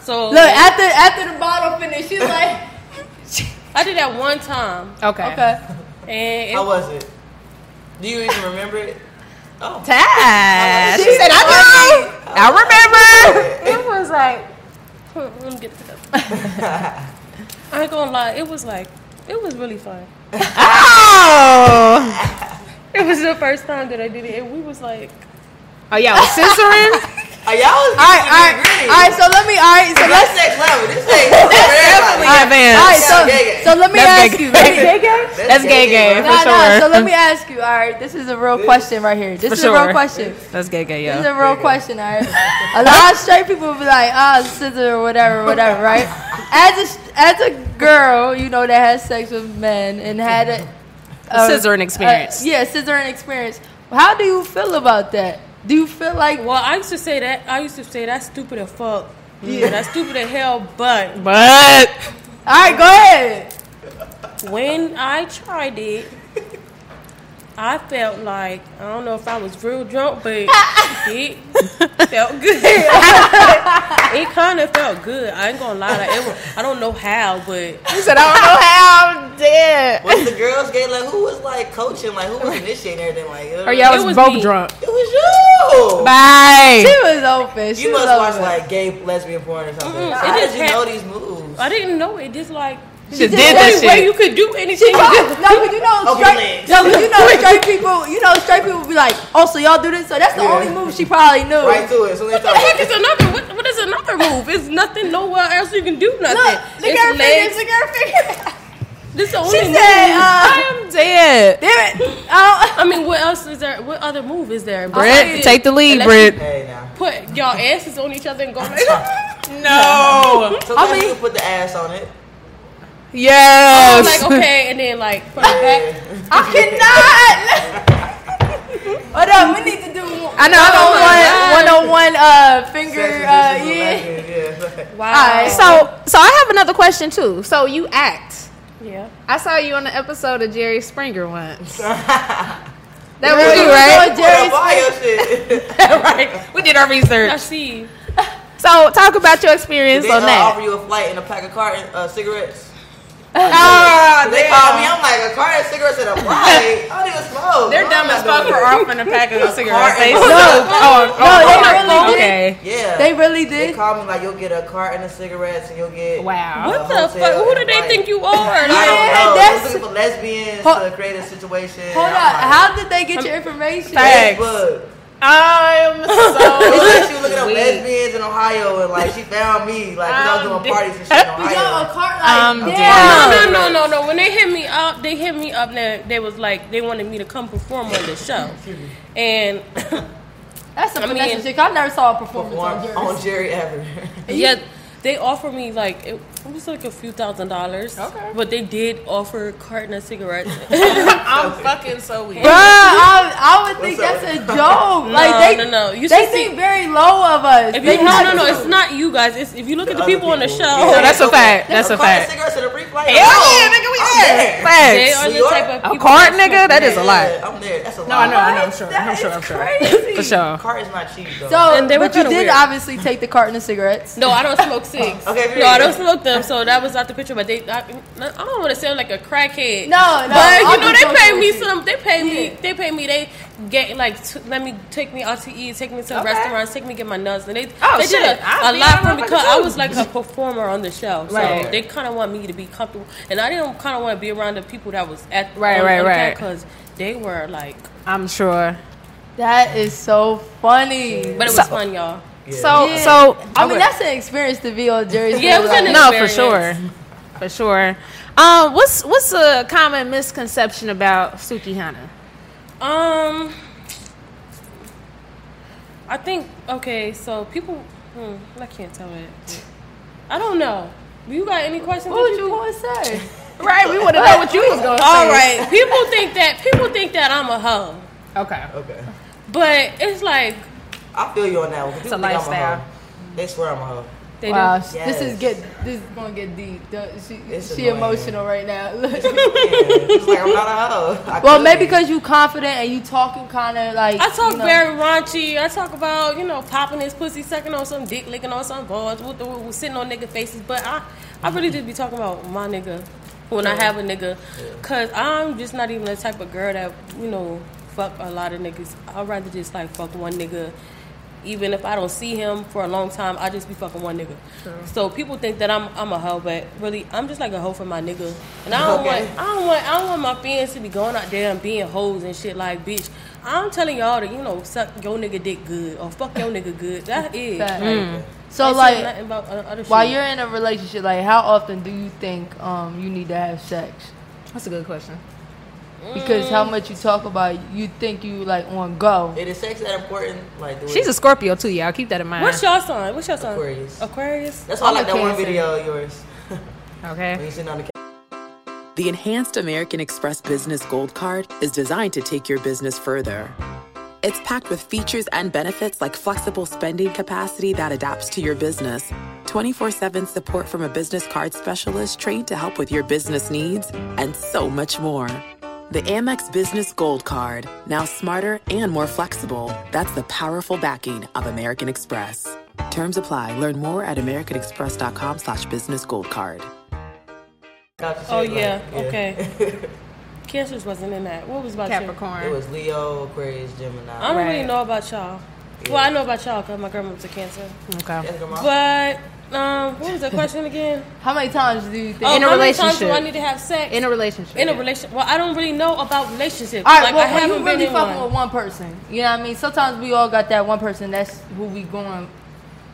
B: So
F: Look after after the bottle finished, she's like
B: I did that one time,
D: Okay.
F: okay.
B: and it,
E: How was it? Do you even remember it? Oh.
D: Tad. She said, I do. I remember.
B: it was like, hmm, let me get it together. I ain't gonna lie, it was like, it was really fun.
D: Oh.
B: It was the first time that I did it, and we was like,
D: Oh, y'all was censoring?
E: Are y'all was
F: All right, all right, all right. So let me. All right, so
E: That's
F: let's.
E: next level. This ain't definitely.
D: All right, man.
F: All right, so
E: gay, gay.
F: so let me
D: That's
F: ask
D: gay,
F: you.
D: gay.
F: Let me,
D: That's gay, gay.
F: Nah,
D: For
F: nah,
D: sure.
F: So let me ask you. All right, this is a real question right here. This
D: For
F: is a
D: sure.
F: real question.
D: That's gay, gay,
F: This is
D: yo.
F: a real question, all right. A lot of straight people be like, ah, scissor or whatever, whatever, right? As a as a girl, you know, that has sex with men and had a,
D: A scissoring uh, experience.
F: yeah, scissoring experience. How do you feel about that? Do you feel like
B: well, I used to say that, I used to say that's stupid as fuck. Yeah, that's stupid as hell. But
D: But
F: all right, go ahead.
B: when I tried it, I felt like I don't know if I was real drunk, but it felt good. it kind of felt good. I ain't gonna lie, like, it was, I don't know how, but
D: she said, I don't know how I'm dead.
E: Was the girls gay? Like who was like coaching? Like who was initiating everything? Like uh,
D: Or y'all
B: It was
D: was, both
B: me.
D: drunk.
E: It was you.
F: She
D: Bye.
F: was open. She
E: You
F: was
E: must watch
F: open.
E: like gay lesbian porn or something.
B: Mm-mm,
F: Mm-hmm.
E: How
B: it
E: did
B: just
E: you
B: hap-
E: know these moves?
B: I didn't know it. Just like
D: She did that
B: way you
D: shit.
B: could do
F: She
B: anything.
F: probably, no, but you know,
E: Open
F: straight,
E: legs.
F: no, but you know, straight people, you know, straight people be like, oh, so y'all do this, so that's the
E: Yeah.
F: only move she probably knew.
E: Right to it. So they
B: What the heck
E: thought.
B: is another? What, what is another move? It's nothing. Nowhere else you can do nothing.
F: Look, look
B: it's
F: at her fingers,
B: legs.
F: look at her fingers.
B: This the only
F: She
B: move.
F: said, uh,
D: I am dead.
F: damn it, I don't,
B: I mean, what else is there? What other move is there?
D: Britt,
B: Besides-
D: take the lead,
B: Unless you
D: Britt.
E: Hey now.
B: Put y'all asses on each other and go.
F: Oh,
B: like,
D: No.
E: So I
F: mean-
E: you put the ass on it.
B: I'm
D: Yes.
B: like okay, and then like put it back.
E: Yeah.
F: I cannot. Hold up, we need to do one
D: I know. I
F: on one, one on one, uh, finger,
E: Sex is
F: uh,
E: just
F: yeah.
E: as lesbian, yeah.
B: Wow.
F: Alright.
D: So, so I have another question too. So you act.
B: Yeah.
D: I saw you on the episode of Jerry Springer once. That
F: Girl,
D: was you,
F: you
D: right?
F: was Jerry
E: Put up all your shit.
D: right. We did our
B: I
D: research.
B: see.
D: So talk about your experience
E: They
D: on
E: uh,
D: that.
E: offer you a flight and a pack of carton uh, cigarettes.
D: Ah,
E: They called me. I'm like a carton of cigarettes and a flight. I don't even smoke.
D: They're
E: I'm
D: dumb as
E: not
D: fuck
E: doing
D: for
E: it.
D: offering a pack of cigarettes. They
E: No,
D: suck. Oh, oh,
F: they
D: oh,
F: really did.
D: okay.
E: Yeah.
F: They really
E: They
F: did.
E: called me like you'll get a carton of cigarettes and you'll get
D: Wow.
E: a
B: What the
E: hotel
B: fuck? Who do
E: and,
B: they
E: like,
B: think you are?
E: I
B: Like,
E: don't know.
F: Yeah,
E: They
F: that's-
E: was looking for lesbians
F: Hold-
E: to create a situation.
F: Hold
E: I'm
F: up,
E: like,
F: how did they get your information?
D: Thanks.
E: Facebook.
D: I'm
E: It was
D: so
E: like she was looking up
D: Weak.
E: lesbians in Ohio and like she found me like 'cause I was
D: I'm
E: doing parties and shit in
F: But yo, a
E: Ohio.
F: cart like,
D: Um,
F: damn.
B: No, no, no, no, no. When they hit me up, they hit me up. Now they was like, they wanted me to come perform on the show, and
F: That's some
B: I mean-
F: finesse shit. 'cause I never saw a performance on Uh,
E: Perform
F: Jerry.
E: on Jerry Avenue.
B: yeah, they offered me like it, it was like a few thousand dollars. Okay. But they did offer a carton of cigarettes.
D: I'm fucking so weak.
F: Bruh, I, I would think
E: What's
F: that's a joke. like they,
B: no, no. You
F: they
B: should
F: think
B: see-
F: very low of us.
B: If
F: They
B: you, no,
F: had
B: no, no.
F: to.
B: It's not you guys. It's if you look at the
E: Other
B: people on the show,
E: people.
D: No, that's a
E: Okay.
D: fact. That's a
E: carton of
D: fact.
E: Cigarettes and a brief light.
D: Hell
E: Oh,
D: yeah, nigga, we
E: I'm
D: there.
E: there.
B: they
D: Facts.
B: are the
E: New
B: type
E: York?
B: of
D: A
B: people
D: card,
B: that
D: nigga? That
E: Yeah,
D: is a lie.
E: yeah, I'm there. That's a
D: No, I
E: lie.
D: know, I know, I'm sure, I'm sure, I'm
F: That's
D: sure.
F: crazy.
D: For sure.
E: Carton's not cheap though.
F: So,
B: And they were
F: but you
B: kinda
F: did
B: weird.
F: obviously take the carton of cigarettes.
B: No, I don't smoke cigs.
E: Okay,
B: no, I
E: period.
B: don't smoke them. So that was not the picture. But they, I, I don't want to sound like a crackhead.
F: No, no,
B: but
F: I'll
B: you know
F: be
B: they pay
F: joking
B: me
F: with you.
B: some. They pay me. They pay me. They get like t- let me take me out to eat, take me to restaurants, take me get my nuts, and they
D: Oh,
B: they
D: shit.
B: did a,
D: I'll
B: a
D: be
B: lot
D: on
B: for me
D: motherfucker
B: because I
D: too.
B: was like a performer on the show. So
D: Right.
B: they kind of want me to be comfortable, and I didn't kind of want to be around the people that was at
D: Right, right, right.
B: because they were like.
D: I'm sure.
F: That is so funny.
B: But it was
D: So-
B: fun, y'all.
E: Yeah.
D: So,
F: Yeah.
D: so
F: I mean, that's an experience to be on Jerry's.
B: Yeah, it was an-
D: no, for
B: experience.
D: sure, for sure. Um, what's what's a common misconception about Sukihana?
B: Um, I think okay, so people. Hmm, I can't tell it. I don't know. You got any questions?
F: What
B: that
F: would you going to say?
D: Right, we want to know what you was going to say.
B: All right. People think that people think that I'm a hoe,
D: Okay.
E: Okay.
B: but it's like
E: I feel you on that one. 'cause
D: It's a
E: people think I'm
D: lifestyle.
E: hoe. They swear I'm a hoe.
B: they
F: Wow,
B: do.
F: sh- this is
E: Yes.
F: get this is gonna get deep. The- she
E: It's
F: she
E: annoying.
F: emotional right now.
E: Yeah, it's like I'm not a hoe. I
F: well,
E: could
F: maybe
E: be.
F: because you confident and you talking kind of like
B: I talk
F: you know,
B: very raunchy. I talk about you know popping his pussy, sucking on some dick, licking on some balls, with the, with sitting on nigga faces. But I, I really just be talking about my nigga when I have a nigga, cause I'm just not even the type of girl that you know fuck a lot of niggas. I'd rather just like fuck one nigga. Even if I don't see him for a long time, I just be fucking one nigga. So people think that I'm I'm a hoe, but really I'm just like a hoe for my nigga. And I don't
E: Okay.
B: want I don't want I don't want my fans to be going out there and being hoes and shit like bitch. I'm telling y'all to you know suck your nigga dick good or fuck your nigga good. That is.
F: Fact.
B: Like,
F: So
B: ain't saying
F: like
B: nothing about o- other
F: while
B: shit.
F: you're in a relationship, like how often do you think um you need to have sex?
D: That's a good question.
F: Because
B: Mm.
F: how much you talk about, it, you think you like on go.
E: It is sex that important? Like, do
D: She's
E: it.
D: a Scorpio too, y'all. Keep that in mind.
B: What's your sign? What's your sign?
E: Aquarius.
B: Aquarius.
E: That's why I
F: I'm a
E: like that one
F: Cancer.
E: video of yours. when
D: okay?
E: you sitting on the
A: The Enhanced American Express Business Gold Card is designed to take your business further. It's packed with features and benefits like flexible spending capacity that adapts to your business, 24 7 support from a business card specialist trained to help with your business needs, and so much more. The Amex Business Gold Card, now smarter and more flexible. That's the powerful backing of American Express. Terms apply. Learn more at americanexpress.com slash business gold card.
E: couch. and
B: Oh
E: shit, like,
B: yeah. Okay. Cancers wasn't in that. What was about you?
E: It
D: Capricorn.
E: was Leo, Aquarius, Gemini.
B: I don't really
D: Right.
B: know about y'all. Well, I know about y'all because my grandma's a Cancer.
D: Okay.
E: That's grandma.
B: But um, what was the question again?
F: How many times do you think?
B: Oh,
D: In a
B: how many times do
D: relationship.
B: I need to have sex?
D: In a relationship.
B: in a relationship. Well, I don't really know about relationships.
F: all right,
B: like, I
F: well, when
B: haven't
F: you really
B: been in
F: fucking
B: one.
F: with one person, you know what I mean. Sometimes we all got that one person. That's who we going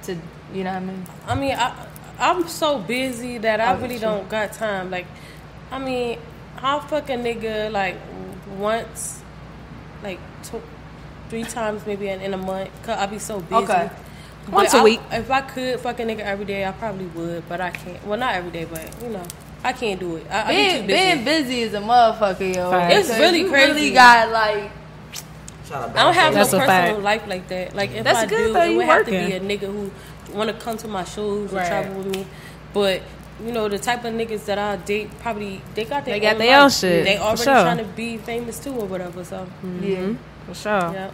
F: to. You know what I mean.
B: I mean, I, I'm so busy that I really don't got time. Like, I mean, I'll fuck a nigga like once, like two, three times maybe in, in a month. Cause I be so busy.
F: Okay.
B: But
D: Once a
B: I-
D: week.
B: If I could fuck a nigga every day, I probably would, but I can't. Well, not every day, but you know, I can't do it. I, I be
F: Being,
B: too busy.
F: being busy is a motherfucker, yo.
D: Facts.
B: It's
F: Because
B: really
F: you
B: crazy.
F: Really got like
E: Shout out
B: I don't have no
D: That's a
B: personal
D: fact.
B: life like that. Like if
D: That's
B: I
D: good,
B: do,
D: though.
B: it
D: You
B: would have to
D: working.
B: be a nigga who want to come to my shows
D: Right.
B: and travel with me. But you know the type of niggas that I date probably they got their
D: They got
B: own
D: their own
B: life.
D: shit,
B: They
D: for
B: already
D: sure. Mm-hmm.
B: trying to be famous too or whatever. So
F: yeah.
D: For sure.
B: yeah,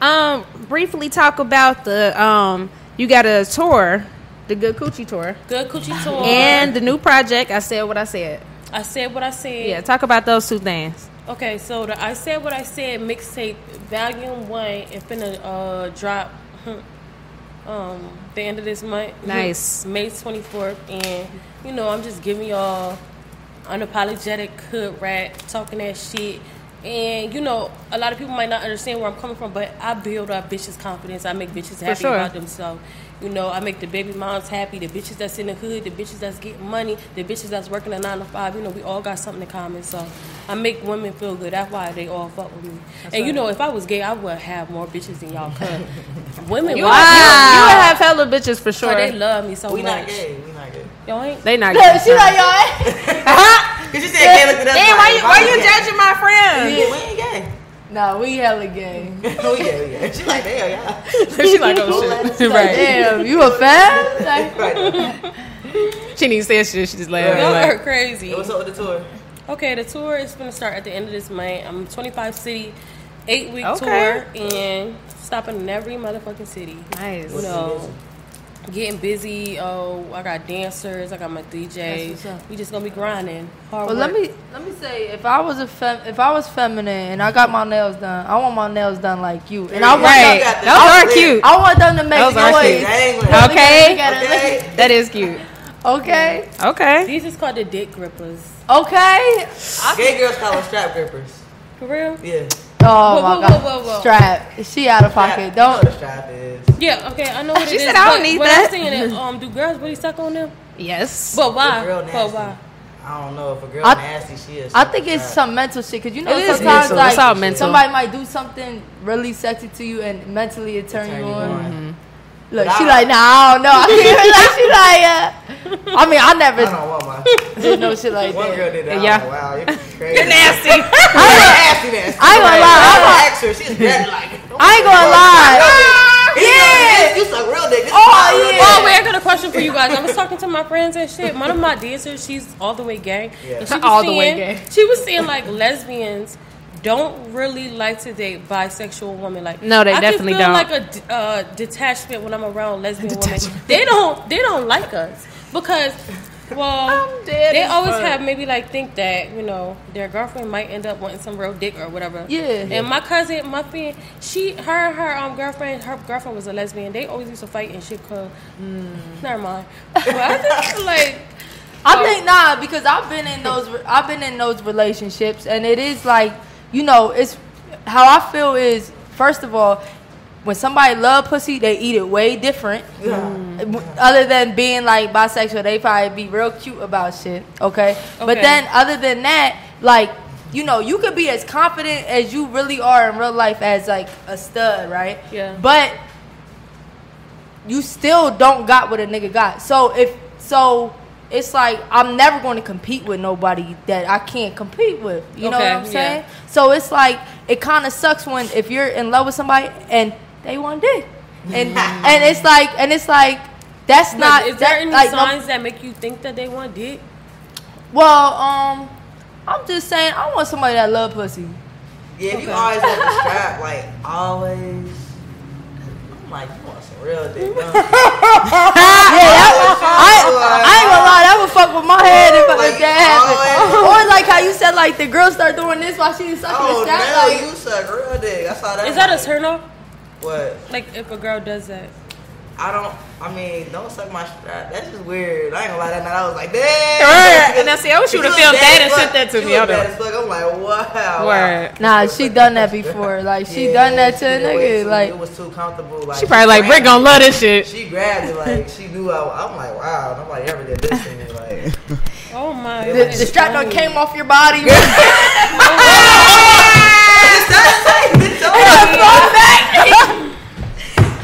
D: Um, briefly talk about the um, you got a tour, the Good Coochie tour,
B: good coochie tour.
D: and the new project. I said what I said.
B: I said what I said.
D: Yeah, talk about those two things.
B: Okay, so the I said what I said mixtape volume one is finna uh, drop um the end of this month.
D: Nice.
B: May twenty fourth, and you know I'm just giving y'all unapologetic hood rat talking that shit. And you know, a lot of people might not understand where I'm coming from, but I build up bitches' confidence. I make bitches happy
D: sure.
B: about themselves. You know, I make the baby moms happy, the bitches that's in the hood, the bitches that's getting money, the bitches that's working a nine to five. You know, we all got something in common. So I make women feel good. That's why they all fuck with me. and you know, if I was gay, I would have more bitches than y'all. Cause women,
D: You,
B: would-
D: you, you would have hella bitches for
B: so
D: sure.
B: they love me so
E: We
B: much.
E: not gay. We not gay.
B: Y'all ain't.
D: They not.
F: Look,
D: good.
F: she like y'all.
E: Cause you said gay looked at us.
D: Damn, why
E: like,
D: you why you
E: we gay?
D: judging my friend?
E: We ain't gay.
F: nah, we hella gay.
E: we gay. We gay. She like damn, yeah.
D: She's like, oh shit.
F: Like, Damn, you a fan? Like,
E: Right.
D: She didn't say shit. She just laughed.
B: Y'all
D: Like,
B: are crazy.
E: What's up with the tour?
B: Okay, the tour is going to start at the end of this month. I'm 25 city, eight week
D: Okay.
B: tour, and stopping in every motherfucking city. You
D: nice.
B: know, getting busy. Oh, I got dancers. I got my DJ.
F: That's what's up.
B: We just gonna be grinding. Hard
F: well, let
B: work.
F: me let me say, if I was a fem, if I was feminine and I got my nails done, I want my nails done like you, and I want
D: Right.
F: them,
D: Those are cute.
F: I want them to make
D: Those are
F: noise.
D: cute.
E: Dangling.
F: Look at
D: Okay.
F: it, look at it, look-
E: Okay.
D: That is cute.
F: Okay,
D: Okay.
B: These is called the dick grippers.
F: okay.
E: Gay girls call them strap grippers.
B: For real?
E: Yeah.
F: Oh
B: Whoa,
F: my
B: whoa,
F: god,
B: whoa, whoa, whoa.
F: strap. She out of pocket.
E: Strap- you know what
F: Don't.
E: a strap is.
B: Yeah. Okay, I know what
D: She
B: it is,
D: said, "I don't
B: but
D: need
B: what
D: that."
B: I'm saying is, um, do girls really suck on them?
D: Yes.
B: But why?
E: Real
B: But
E: nasty.
B: why?
E: I I don't know if a girl
F: I-
E: nasty, she is.
F: I think it's some mental shit because you know
D: It is
F: sometimes
D: mental.
F: like
D: It's all mental.
F: somebody might do something really sexy to you and mentally it turns
E: Turn
F: you
E: you
F: on.
E: on.
F: Look,
E: But
F: she
E: I-
F: like nah, I don't know. I mean, like she like, uh, I mean, I
E: I
F: never
E: don't want my.
F: did no shit like
E: One
F: that.
E: girl did that.
D: Yeah.
E: Yeah. wow, you're crazy. You're
D: Nasty.
E: nasty, nasty.
F: I ain't gonna lie, I
E: I asked her. She's dead like.
F: I ain't gonna lie.
E: Yeah. You suck real dick. This is
F: Oh,
E: not real
F: yeah.
E: dick.
B: Oh, wait, I got a question for you guys. I was talking to my friends and shit. One of my dancers, she's all the way gay.
E: Yeah.
B: And she was
D: All the
B: saying,
D: way gay.
B: She was saying like lesbians don't really like to date bisexual women. Like
D: No, they
B: I can
D: definitely
B: feel
D: don't.
B: Like a d- uh, detachment when I'm around lesbian women. They don't. They don't like us because. Well,
D: I'm dead
B: they
D: as
B: always
D: fuck.
B: have maybe like think that you know their girlfriend might end up wanting some real dick or whatever.
F: Yeah.
B: And my cousin, my friend, she, her, her um girlfriend, her girlfriend was a lesbian. They always used to fight and shit. Cause
F: Mm.
B: Never mind. But I think like
F: I think nah because I've been in those I've been in those relationships and it is like you know it's how I feel is first of all when somebody love pussy they eat it way different Mm. other than being like bisexual they probably be real cute about shit okay, but
B: Okay.
F: then other than that like you know you could be as confident as you really are in real life as like a stud right
B: Yeah.
F: but you still don't got what a nigga got. So if so, it's like I'm never going to compete with nobody that I can't compete with. You know what
B: Okay,
F: I'm
B: yeah.
F: saying? So it's like it kind of sucks when if you're in love with somebody and they want dick, and and it's like and it's like that's not
B: is there
F: that-
B: any
F: like, no-
B: signs that make you think that they want dick?
F: well, um, I'm just saying I want somebody that love pussy.
E: Yeah, if you always have the strap, like always. I'm like, you want some real dick? don't you?
F: yeah, that would, I, I ain't gonna lie, that would fuck with my head if, if
E: Like,
F: that happened.
E: oh,
F: Or like how you said, like the girls start doing this while she is sucking
E: Oh,
F: the strap.
E: now
F: like,
E: you suck real dick. I saw that.
B: Is that a turn off?
E: What?
B: Like if a girl does that.
E: I don't. I mean, don't suck my strap. That's just weird. I ain't gonna lie. That night I was like, damn.
D: Right. And I said, I wish you would've
E: look
D: filmed
E: bad
D: that
E: as
D: and
E: fuck.
D: sent that to
E: You
D: me.
E: look
D: Hold
E: bad as fuck. I'm like, wow.
D: Word.
F: nah, she done that before. Like she
E: Yeah,
F: done that to a
E: she did way
F: nigga.
E: too-
F: Like
E: it was too comfortable. Like
D: She probably like
E: grabbed
D: Brick gonna
E: it.
D: love this shit.
E: She grabbed it like she knew I. I'm like, wow. Nobody ever did this to me. Like,
B: Oh my
F: the, the strap done came off your body.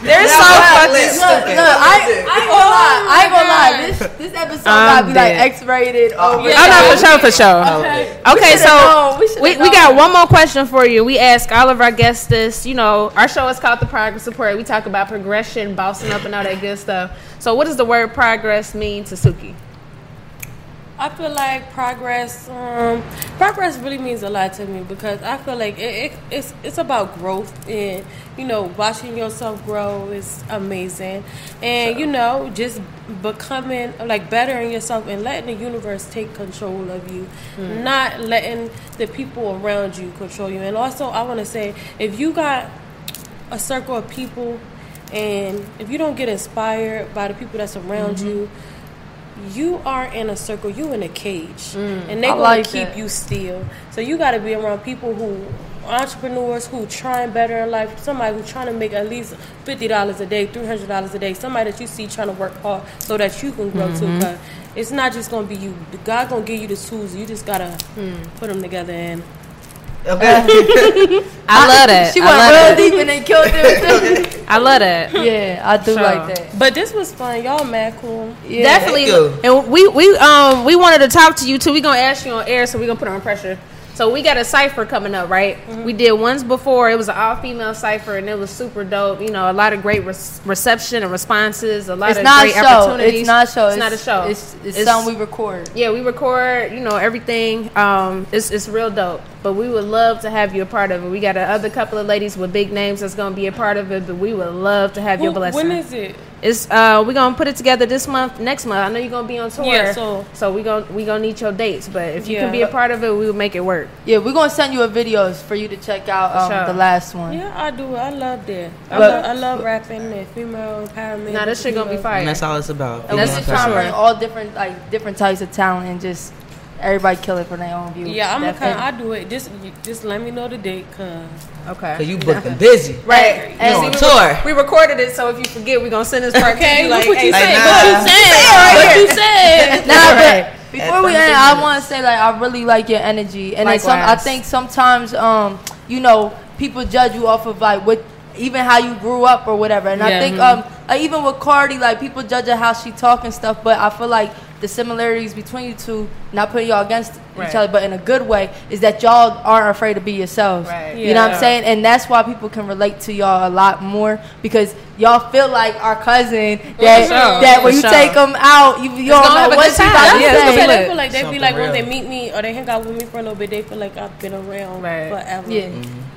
D: They're so
E: I'm
D: fucking.
E: like,
F: Look, look,
E: stupid.
F: I, I ain't gonna lie. I ain't gonna lie. This this episode
D: I'm
F: gotta be like
D: dead.
F: X rated. Oh,
D: Oh no, for sure, for sure.
F: Okay.
D: Okay,
F: We should've
D: so
F: known. We should've
D: we, we got
F: known.
D: one more question for you. We ask all of our guests this. You know, our show is called The Progress Report. We talk about progression, bossing up, and all that good stuff. So, what does the word progress mean to Suki?
B: I feel like progress. Um, progress really means a lot to me because I feel like it, it, it's it's about growth and you know watching yourself grow is amazing, and you know just becoming like bettering yourself and letting the universe take control of you, not letting the people around you control you. And also, I want to say if you got a circle of people and if you don't get inspired by the people that's around
F: Mm-hmm.
B: you you are in a circle you in a cage and they
F: Mm. I
B: gonna
F: like
B: keep
F: that.
B: you still so you got to be around people who entrepreneurs who trying better in life somebody who's trying to make at least $50 a day $300 a day somebody that you see trying to work hard so that you can grow
F: Mm-hmm.
B: too 'cause it's not just gonna be you god gonna give you the tools you just gotta
F: Hmm.
B: put them together and
E: okay.
D: I love that.
F: She
D: I
F: went
D: love
F: real
D: that.
F: deep and then killed it.
D: I love that.
F: yeah, I do
D: Sure.
F: like that.
B: but this was fun y'all mad cool
F: Yeah.
D: Definitely.
E: Thank
D: And we we um we wanted to talk to you too. We're gonna ask you on air, so we're gonna put on pressure. So we got a cipher coming up, right?
F: Mm-hmm.
D: We did ones before. It was an all female cipher, and it was super dope. You know, a lot of great res- reception and responses. A lot
F: It's
D: of
F: not a
D: great
F: show.
D: opportunities.
F: It's not a show.
D: It's, not a show.
F: It's it's something we record.
D: yeah, we record, you know, everything. Um, it's it's real dope. But we would love to have you a part of it. We got another couple of ladies with big names that's gonna be a part of it. But we would love to have your
B: Who-
D: blessing.
B: when is it
D: It's uh we're gonna put it together this month, next month. I know you're gonna be on tour.
B: Yeah, so-
D: we gonna we gonna need your dates, but if you can
B: Yeah.
D: be a part of it, we will make it work.
F: Yeah, we're gonna send you a videos for you to check out um,
D: sure.
F: the last one.
B: Yeah, I do. I love that. I,
F: But-
B: love, I love rapping and female empowerment.
D: Now this shit gonna be fire.
E: And that's all it's about.
D: And
F: And
D: that's
F: we
D: the
F: just try to
D: sure.
F: bring all different like different types of talent and just everybody kill it for their own views.
B: Yeah, I'm a
F: Definitely.
B: kind. I do it. Just, just let me know the date, cause
D: Okay.
E: Cause you booked and busy.
D: right.
F: You
D: see,
E: on
D: we,
E: tour.
D: we recorded it, so if you forget, we gonna send this part.
B: Okay,
D: to you,
B: look
D: like,
B: what you
D: hey,
E: said.
D: sis.
E: Nah.
B: what you said.
D: Nah,
F: Nah,
D: but-
F: but Before we end, I want to say like I really like your energy, and then some, I
D: Likewise.
F: think sometimes um you know people judge you off of like what even how you grew up or whatever, and I
B: Yeah.
F: think um like, even with Cardi like people judge her how she talk and stuff, but I feel like the similarities between you two, not putting y'all against each
D: Right.
F: other, but in a good way, is that y'all aren't afraid to be yourselves.
D: Right.
F: You know what I'm
B: Yeah.
F: saying? And that's why people can relate to y'all a lot more because y'all feel like our cousin that
D: sure.
F: that when
D: For
F: you
D: sure.
F: take them out, you, you don't
D: gonna
F: know
D: have a
F: what
D: good
F: she
D: time.
F: about to
D: Yeah, it's
F: say.
B: feel
D: gonna Something
B: like, feel like they
C: real.
B: be like when they meet me or they hang out with me for a little bit, they feel like I've been around
D: Right.
B: forever.
F: Yeah.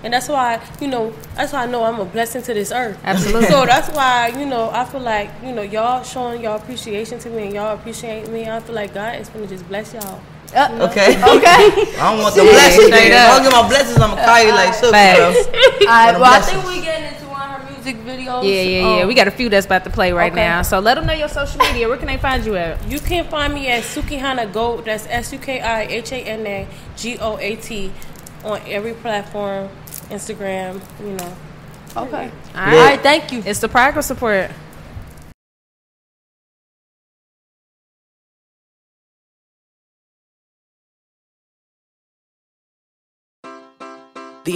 B: And that's why, you know, that's why I know I'm a blessing to this earth.
D: Absolutely.
B: so that's why, you know, I feel like, you know, y'all showing y'all appreciation to me and y'all appreciate me. I feel like God is gonna just bless y'all.
E: Okay.
F: Uh, Okay.
E: I don't want the blessings.
D: Straight
E: If I don't
D: up. Uh,
E: get my blessings, I'm gonna call you like so,
D: Facts.
E: bro.
F: All right. Well, I
E: Blessings.
F: think we getting into one of her music videos.
D: Yeah, yeah, yeah.
F: Um,
D: We got a few that's about to play right
F: Okay.
D: now. So let them know your social media. Where can they find you at?
B: You can find me at Sukihana Goat, that's S U K I H A N A G O A T on every platform, Instagram, you know.
F: Okay.
D: All
F: All
D: right.
F: right. Thank you.
D: It's the progress support.
A: The